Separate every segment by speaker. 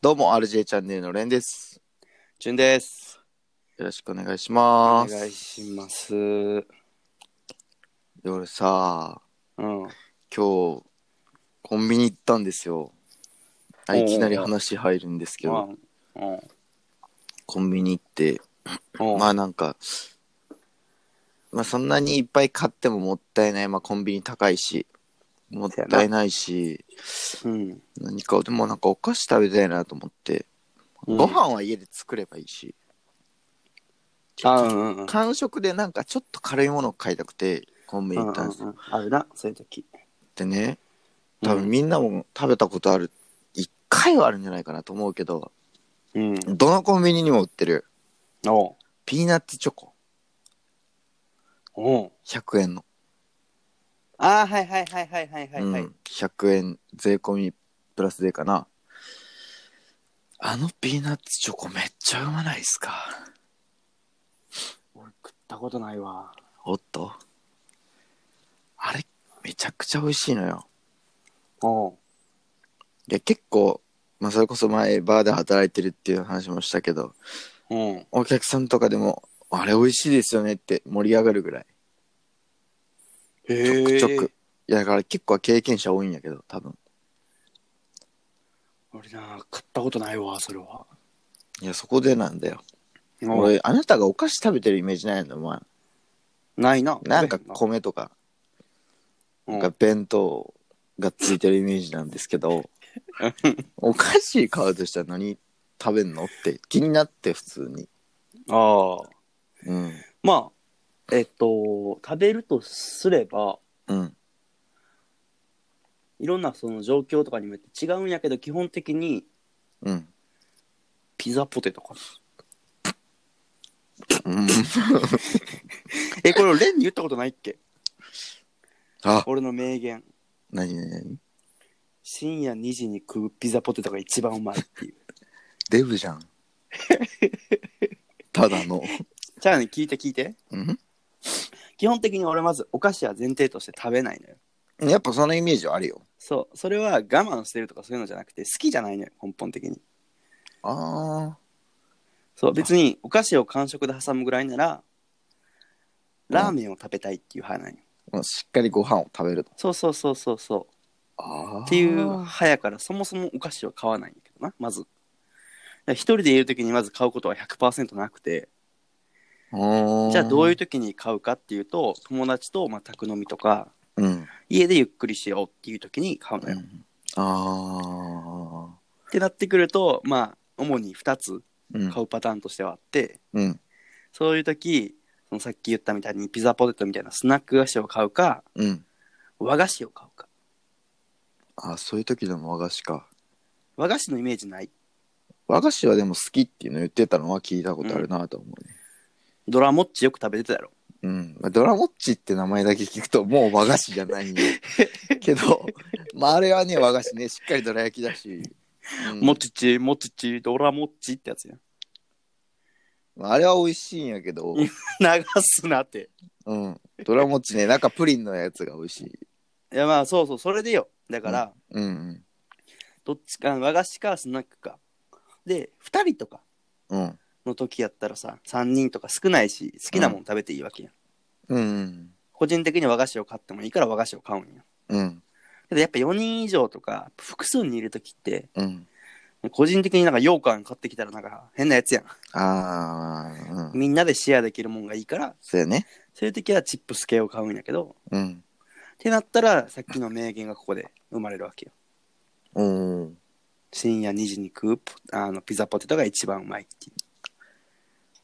Speaker 1: どうも RJ チャンネルのレンです。
Speaker 2: じゅんです。
Speaker 1: よろしくお願いし
Speaker 2: お
Speaker 1: ます。
Speaker 2: 願いします。うん。
Speaker 1: で俺さ、今日コンビニ行ったんですよ。あ
Speaker 2: おうおう
Speaker 1: いきなり話入るんですけ
Speaker 2: まあ
Speaker 1: ど、コンビニ行って、
Speaker 2: うん。うん。
Speaker 1: まあなんか、まあそんなにいっぱい買ってももったいない。まあコンビニ高いし、もったいないし、
Speaker 2: うん。
Speaker 1: 何か、でもなんかお菓子食べたいなと思って、ご飯は家で作ればいいし、
Speaker 2: あ、うんうんうん。
Speaker 1: 間食でなんかちょっと軽いものを買いたくて、コンビニ行ったんですよ。
Speaker 2: うんうんうんあるな、そういう時。
Speaker 1: でね、多
Speaker 2: う
Speaker 1: 分
Speaker 2: ん
Speaker 1: みんなも食べたことある一回はあるんじゃないかなと思うけど
Speaker 2: うん。
Speaker 1: どのコンビニにも売ってる
Speaker 2: おう
Speaker 1: ピーナッツチョコ
Speaker 2: おう
Speaker 1: 100円の、
Speaker 2: ああ、はいはいはいはいはいはい。は
Speaker 1: う
Speaker 2: い
Speaker 1: ん、100円税込みプラスでかなあのピーナッツチョコめっちゃうまないっすか
Speaker 2: 俺食ったことないわ。
Speaker 1: おっとあれめちゃくちゃ美味しいのよ
Speaker 2: おう
Speaker 1: で結構、まあ、それこそ前バーで働いてるっていう話もしたけど
Speaker 2: うん。
Speaker 1: お客さんとかでもあれ美味しいですよねって盛り上がるぐらいちょくちょく。いやだから結構経験者多いんやけど多分
Speaker 2: 俺な、買ったことないわ、それは。
Speaker 1: いやそこでなんだよ
Speaker 2: おう
Speaker 1: 俺あなたがお菓子食べてるイメージないのお前
Speaker 2: ないな。
Speaker 1: なんか米とか
Speaker 2: う
Speaker 1: なん
Speaker 2: ん
Speaker 1: か弁当がついてるイメージなんですけ どお菓子買うとしたら何食べんのって気になって普通に
Speaker 2: ああ。
Speaker 1: うん
Speaker 2: まあ、えっと、食べるとすれば、
Speaker 1: うん
Speaker 2: いろんなその状況とかにもよって違うんやけど、基本的に
Speaker 1: うん
Speaker 2: ピザポテトかな。
Speaker 1: うん
Speaker 2: え、これレンに言ったことないっけ
Speaker 1: あ
Speaker 2: 俺の名言
Speaker 1: 何何何
Speaker 2: 深夜2時に食うピザポテトが一番うまいっていう
Speaker 1: デブじ ゃんただの
Speaker 2: じゃあね聞いて聞いて
Speaker 1: うん
Speaker 2: 基本的に俺まずお菓子は前提として食べないのよ
Speaker 1: やっぱそのイメージはあるよ
Speaker 2: そうそれは我慢してるとかそういうのじゃなくて好きじゃないのよ根本的に
Speaker 1: あ
Speaker 2: そう別にお菓子を間食で挟むぐらいならラーメンを食べたいっていう派なんよ、
Speaker 1: あしっかりご飯を食べると
Speaker 2: そうそうそうそうそう
Speaker 1: ああ
Speaker 2: っていう派やからそもそもお菓子は買わないんだけどなまずだから一人でいる時にまず買うことは100%なくてじゃあどういう時に買うかっていうと友達とまあ宅飲みとか
Speaker 1: うん、
Speaker 2: 家でゆっくりしようっていう時に買うのよ。っ
Speaker 1: ああ
Speaker 2: てなってくるとまあ主に2つ
Speaker 1: うん
Speaker 2: 買うパターンとしてはあって、
Speaker 1: うん
Speaker 2: そういう時そのさっき言ったみたいにピザポテトみたいなスナック菓子を買うか
Speaker 1: うん
Speaker 2: 和菓子を買うか
Speaker 1: あそういう時でも和菓子か
Speaker 2: 和菓子のイメージない
Speaker 1: 和菓子はでも好きっていうの言ってたのは聞いたことあるなと思うね
Speaker 2: ドラモッチよく食べてたやろ
Speaker 1: うん、まあ、ドラモッチって名前だけ聞くともう和菓子じゃ ないんよけどまああれはね和菓子ねしっかりどら焼きだし、うん
Speaker 2: もちちもちちドラモッチってやつやん
Speaker 1: まあ、あれは美味しいんやけど、
Speaker 2: 流すなって
Speaker 1: うん、ドラモッチねなんかプリンのやつが美味しい
Speaker 2: いやまあそうそうそれでよだから、
Speaker 1: うんうん
Speaker 2: どっちか和菓子かスナックかで2人とか
Speaker 1: うん
Speaker 2: の時やったらさ3人とか少ないし好きなもん食べていいわけやん
Speaker 1: うんうん
Speaker 2: 個人的に和菓子を買ってもいいから和菓子を買うんよ。
Speaker 1: うん
Speaker 2: けどやっぱ4人以上とか複数にいる時って
Speaker 1: うん
Speaker 2: 個人的になんか羊羹買ってきたらなんか変なやつやん。
Speaker 1: ああうん
Speaker 2: みんなでシェアできるもんがいいから
Speaker 1: そうやね
Speaker 2: そういう時はチップス系を買うんやけど
Speaker 1: うん
Speaker 2: ってなったらさっきの名言がここで生まれるわけよ。
Speaker 1: うん
Speaker 2: 深夜2時に食うポあのピザポテトが一番うまいっていう。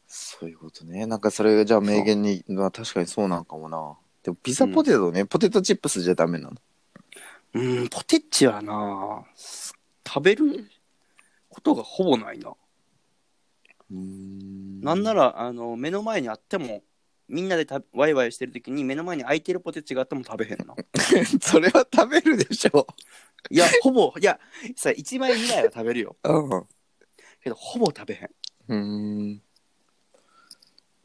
Speaker 1: そういうことね。なんかそれがじゃあ名言に、まあ確かにそうなんかもな。でもピザポテトね、ポテトチップスじゃダメなの。
Speaker 2: うーん、ポテチはなす食べることがほぼないな。なんな
Speaker 1: ら。
Speaker 2: らあの目の前にあってもみんなでたワイワイしてる時に目の前に空いてるポテチがあっても食べへん な。
Speaker 1: それは食べるでしょ。
Speaker 2: いや、ほぼ、いや、さ、1枚2枚は食べるよ。
Speaker 1: うん。
Speaker 2: けど、ほぼ食べへん。い
Speaker 1: うん。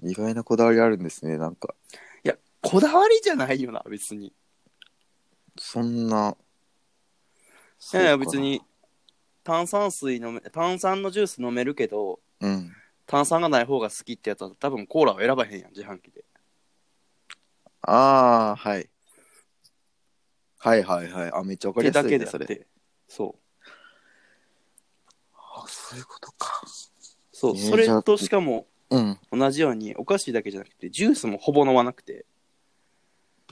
Speaker 1: 意外なこだわりあるんですね、なんか。
Speaker 2: や、こだわりじゃないよな、別に。
Speaker 1: そんな。
Speaker 2: いやいや、別に、炭酸水飲め、炭酸のジュース飲めるけど、
Speaker 1: うん。
Speaker 2: 炭酸がない方が好きってやつは多分コーラを選ばへんやん、自販機で。
Speaker 1: ああ、はい。はいはいはい。あ、めっちゃわかりやすい、ね、
Speaker 2: 手だけであ
Speaker 1: そ
Speaker 2: っ
Speaker 1: れ。
Speaker 2: て。そう。
Speaker 1: あ、そういうことか。
Speaker 2: そう、
Speaker 1: ね
Speaker 2: それ
Speaker 1: じゃあ
Speaker 2: としかも
Speaker 1: うん。
Speaker 2: 同じように、お菓子だけじゃなくて、ジュースもほぼ飲まなくて、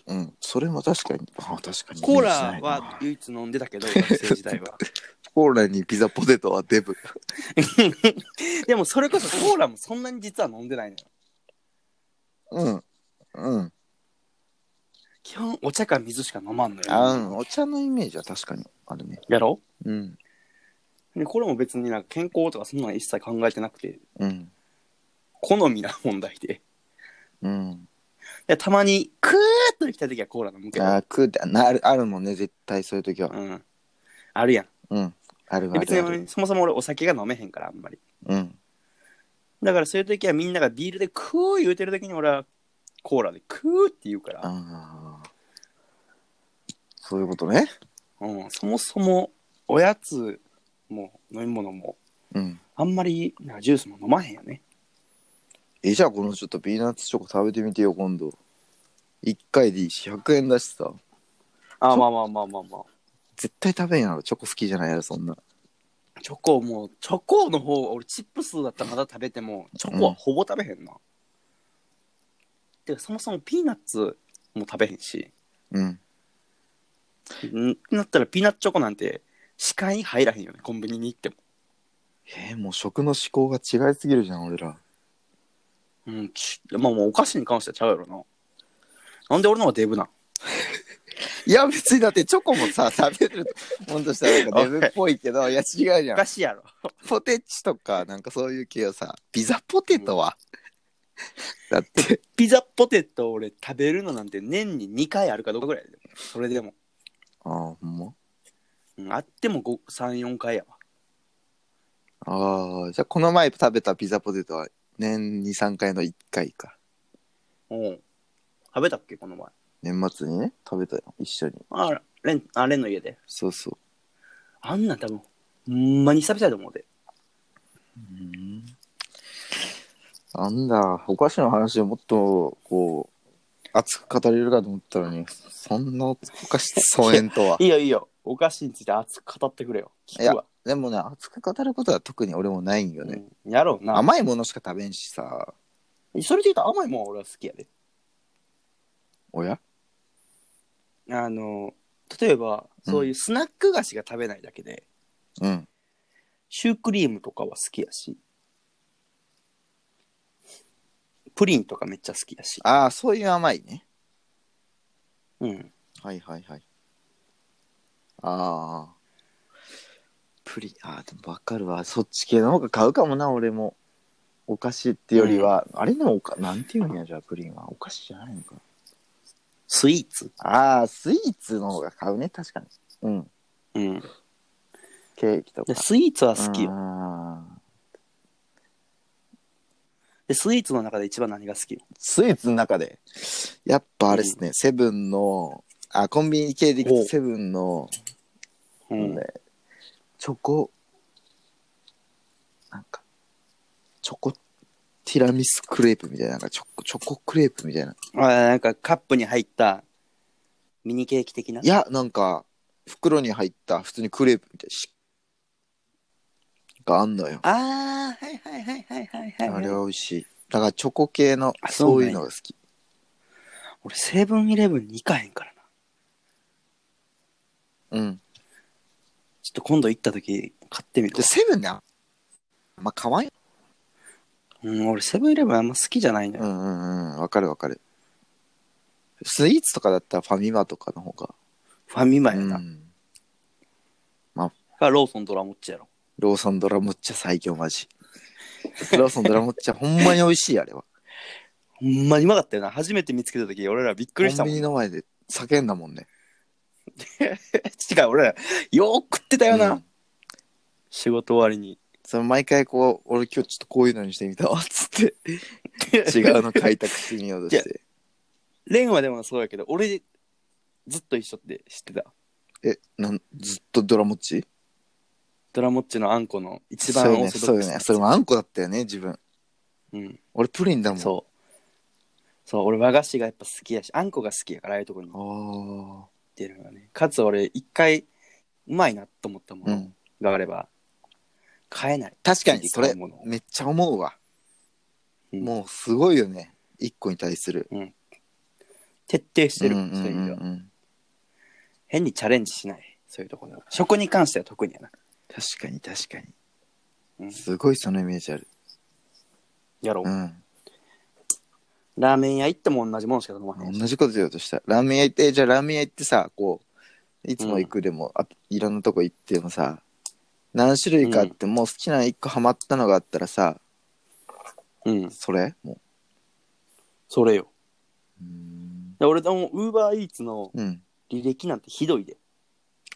Speaker 1: うん。それも確かに。あ、確かに。
Speaker 2: コーラは、唯一飲んでたけど、学生時代は。
Speaker 1: コーラにピザポテトはデブ。
Speaker 2: でもそれこそコーラもそんなに実は飲んでないのよ。
Speaker 1: うん。うん。
Speaker 2: 基本お茶か水しか飲まんのよ。
Speaker 1: あうん。お茶のイメージは確かにあるね。
Speaker 2: やろ
Speaker 1: うん。
Speaker 2: でこれも別になんか健康とかそんなの一切考えてなくて、
Speaker 1: うん。
Speaker 2: 好みな問題で。
Speaker 1: うん。
Speaker 2: でたまに、クーッと行きたい時はコーラ飲むけど、
Speaker 1: あー、食うってなる、あるもんね。絶対そういう時は。
Speaker 2: うん。あるやん。
Speaker 1: うん。ある
Speaker 2: で
Speaker 1: あ
Speaker 2: 別
Speaker 1: るある。
Speaker 2: にそもそも俺お酒が飲めへんから、あんまり。
Speaker 1: うん。
Speaker 2: だからそういう時はみんながビールでクー言うてる時に俺はコーラでクーって言うから、
Speaker 1: ああ。そういうことね。
Speaker 2: うん、そもそもおやつも飲み物も
Speaker 1: うん。
Speaker 2: あんまりなんかジュースも飲まへんよね。
Speaker 1: え、じゃあこのちょっとピーナッツチョコ食べてみてよ、今度。1回でいいし、100円だしさ。
Speaker 2: あまあまあまあまあま
Speaker 1: 絶対食べんやろ。チョコ好きじゃないやろ、そんな。
Speaker 2: あ。チョコもう、チョコの方、俺チップスだったらまだ食べても、チョコはほぼ食べへんな。てかそもそもピーナッツも食べへんし、
Speaker 1: うん。
Speaker 2: んなったらピーナッツチョコなんて視界に入らへんよね、コンビニに行っても。
Speaker 1: えーもう食の思考が違いすぎるじゃん、俺ら。
Speaker 2: うん、ちまあもうお菓子に関してはちゃうやろな。なんで俺の方がデブなん
Speaker 1: いや、別にだってチョコも さ、食べるもんとしたらなんかデブっぽいけど、いや、違うじ
Speaker 2: お
Speaker 1: ゃん
Speaker 2: か。しいやろ。
Speaker 1: ポテチとか、なんかそういう系をさ、ピザポテトは。 だって、
Speaker 2: ピザポテト俺食べるのなんて年に2回あるかどうかぐらいだよ。それでも。
Speaker 1: ああ、ほんま。
Speaker 2: うん、あっても5 3、4回やわ。
Speaker 1: ああ、じゃあこの前食べたピザポテトは年2、3回の1回か。
Speaker 2: うん。食べたっけ、この前。
Speaker 1: 年末にね、食べたよ、一緒に。
Speaker 2: あ、レン、あ、レンの家で。
Speaker 1: そうそう。
Speaker 2: あんなん多分、ほんまに久々やと思うで。
Speaker 1: うんなんだ、お菓子の話をもっと、こう、熱く語れるかと思ったのに、そんなお菓子疎遠と は。
Speaker 2: いいよいいよ。お菓子について熱く語ってくれよ。聞くわ。
Speaker 1: でもね、熱く語ることは特に俺もないんよね。
Speaker 2: うんやろうな。
Speaker 1: 甘いものしか食べんしさ、
Speaker 2: それで言うと甘いもんは俺は好きやで。
Speaker 1: おや
Speaker 2: あの、例えば、
Speaker 1: うん
Speaker 2: そういうスナック菓子が食べないだけで、
Speaker 1: うん。
Speaker 2: シュークリームとかは好きやし、プリンとかめっちゃ好きやし。
Speaker 1: ああ、そういう甘いね。
Speaker 2: うん。
Speaker 1: はいはいはい。ああ。プリン、ああ、でもわかるわ。そっち系の方が買うかもな、俺も。お菓子ってよりは、あれのおか、なんていうんや、じゃあプリンは。お菓子じゃないのか。
Speaker 2: スイーツ
Speaker 1: ああ、スイーツの方が買うね、確かに。うん。
Speaker 2: うん。
Speaker 1: ケーキとか
Speaker 2: で。スイーツは好きよ。
Speaker 1: よ。
Speaker 2: で、スイーツの中で一番何が好きよ
Speaker 1: スイーツの中で。やっぱあれですね、セブンの、あ、コンビニ系で行く
Speaker 2: お
Speaker 1: とセブンの、
Speaker 2: う
Speaker 1: ねチョコ、なんか、チョコティラミスクレープみたいな、なんかチョコ、チョコクレープみたいな。
Speaker 2: あーなんかカップに入ったミニケーキ的ない
Speaker 1: や、なんか、袋に入った普通にクレープみたいなし、があんのよ。
Speaker 2: ああはいはいはいはいはいはい
Speaker 1: あれは美味しい。だからチョコ系の、
Speaker 2: あそ
Speaker 1: そうう
Speaker 2: なん
Speaker 1: い
Speaker 2: や
Speaker 1: うのが好き。
Speaker 2: 俺セブンイレブンに行かへんからな
Speaker 1: うん。
Speaker 2: ちょっと今度行った時買ってみる
Speaker 1: で、セブンね、あんまあ、かわいい。
Speaker 2: うん俺セブンイレブンあんま好きじゃないの
Speaker 1: う
Speaker 2: よ、
Speaker 1: んうんうん、わかるわかる。スイーツとかだったらファミマとかの方が。
Speaker 2: ファミマや
Speaker 1: う
Speaker 2: な、
Speaker 1: ん。
Speaker 2: がローソンドラモッチやろ
Speaker 1: ローソンドラムッチャ最強マジ。ローソンドラムッチャ ほんまに美味しいあれは。
Speaker 2: ほんまにうまかったよな初めて見つけた時俺らびっくりした
Speaker 1: コ
Speaker 2: も
Speaker 1: ンビ
Speaker 2: ん違
Speaker 1: ニ
Speaker 2: う
Speaker 1: の前で叫んだもんね。
Speaker 2: 俺らよく食ってたよな、
Speaker 1: うん
Speaker 2: 仕事終わりに
Speaker 1: その毎回こう、俺今日ちょっとこういうのにしてみたわっ つって、 違うの開拓してみようとして。
Speaker 2: レンはでもそうやけど俺ずっと一緒って知ってた
Speaker 1: え、なんずっとドラムッチ
Speaker 2: ドラモッチのあんこの一
Speaker 1: そ
Speaker 2: 番
Speaker 1: う
Speaker 2: オ
Speaker 1: よ
Speaker 2: ー
Speaker 1: ね
Speaker 2: ソド
Speaker 1: そ
Speaker 2: ッ
Speaker 1: うよ
Speaker 2: クスな
Speaker 1: ね
Speaker 2: やつ
Speaker 1: それもあんこだったよね自分
Speaker 2: うん、
Speaker 1: 俺プリンだもん
Speaker 2: そうそう俺和菓子がやっぱ好きやしあんこが好きやからああいうとこに行っ
Speaker 1: あ
Speaker 2: てるのがねかつ俺一回うまいなと思ったも
Speaker 1: あう
Speaker 2: の
Speaker 1: ん
Speaker 2: があれば買えない、
Speaker 1: 確かにそれ
Speaker 2: 次買うもの
Speaker 1: めっちゃ思うわ、
Speaker 2: うん
Speaker 1: もうすごいよね一個に対する
Speaker 2: 徹底してる、
Speaker 1: うんうんうん
Speaker 2: そういう意味では
Speaker 1: うん
Speaker 2: 変にチャレンジしないそういうところ食に関しては特にやな、
Speaker 1: 確かに確かに
Speaker 2: うん、
Speaker 1: すごいそのイメージある
Speaker 2: やろ
Speaker 1: う
Speaker 2: う、
Speaker 1: ん
Speaker 2: ラーメン屋行っても同じものしか飲まへんし
Speaker 1: 同じこと言おうとしたラーメン屋行ってじゃあラーメン屋行ってさこういつも行くでも、あいろんなとこ行ってもさ何種類かあって、もう好きな一個ハマったのがあったらさ
Speaker 2: うん
Speaker 1: それも
Speaker 2: それよ
Speaker 1: ううん
Speaker 2: で俺でもウーバーイーツの
Speaker 1: うん
Speaker 2: 履歴なんてひどいで、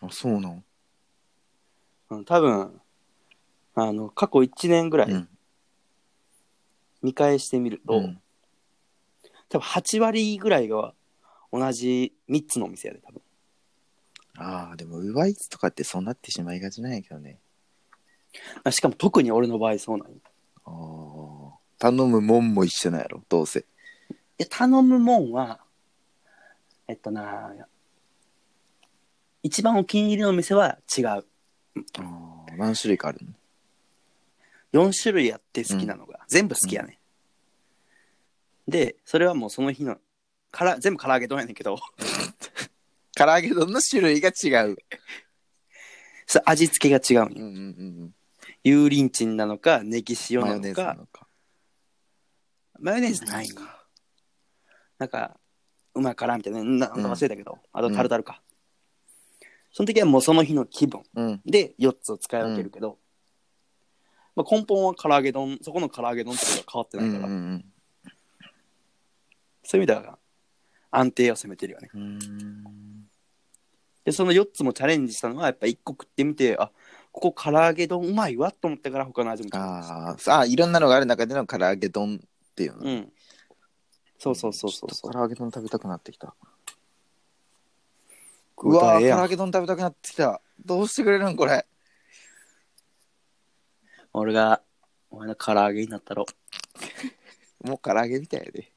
Speaker 1: あそうなの
Speaker 2: うん、多分あの過去1年ぐら
Speaker 1: う
Speaker 2: い
Speaker 1: ん
Speaker 2: 見返してみると、
Speaker 1: うん
Speaker 2: 多分8割ぐらいが同じ3つのお店やで多分
Speaker 1: ああでもウーバーイーツとかってそうなってしまいがちなんやけどね
Speaker 2: あしかも特に俺の場合そうなんよい
Speaker 1: ああ頼むもんも一緒なんやろどうせ
Speaker 2: や頼むもんはえっとな一番お気に入りのお店は違う
Speaker 1: あー何種類かあるの
Speaker 2: 4種類あって好きなのが、全部好きやね、でそれはもうその日のから全部唐揚げ丼やねんけど
Speaker 1: 唐揚げ丼の種類が違う
Speaker 2: それ味付けが違う
Speaker 1: う
Speaker 2: ん
Speaker 1: ん
Speaker 2: よ
Speaker 1: うんうん
Speaker 2: 油淋鶏なのかネギ
Speaker 1: うん
Speaker 2: 塩
Speaker 1: マ
Speaker 2: な
Speaker 1: ヨネー
Speaker 2: の
Speaker 1: ズな
Speaker 2: か
Speaker 1: のか
Speaker 2: マヨネーズないんかなんかうま辛みたいなななんか忘れたけど、あとタルタルか、その時はもうその日の気分
Speaker 1: うん
Speaker 2: で4つを使い分けるけど、まあ、根本は唐揚げ丼そこの唐揚げ丼っていうのは変わって
Speaker 1: う
Speaker 2: なんいうから、
Speaker 1: ん
Speaker 2: そういう意味では安定を攻めてるよね
Speaker 1: うんうん
Speaker 2: でその4つもチャレンジしたのはやっぱ1個食ってみてあここ唐揚げ丼うまいわと思ったから他の味も食べました
Speaker 1: あーさあいろんなのがある中での唐揚げ丼っていうの、
Speaker 2: うんそうそうそうそう
Speaker 1: ちょ
Speaker 2: そ
Speaker 1: っ
Speaker 2: う
Speaker 1: と唐揚げ丼食べたくなってきたう
Speaker 2: う
Speaker 1: わ
Speaker 2: わええ
Speaker 1: ー
Speaker 2: や
Speaker 1: 唐
Speaker 2: ん
Speaker 1: 揚げ丼食べたくなってきたどうしてくれるんこれ
Speaker 2: 俺がお前の唐揚げになったろ
Speaker 1: もう唐揚げみたいやで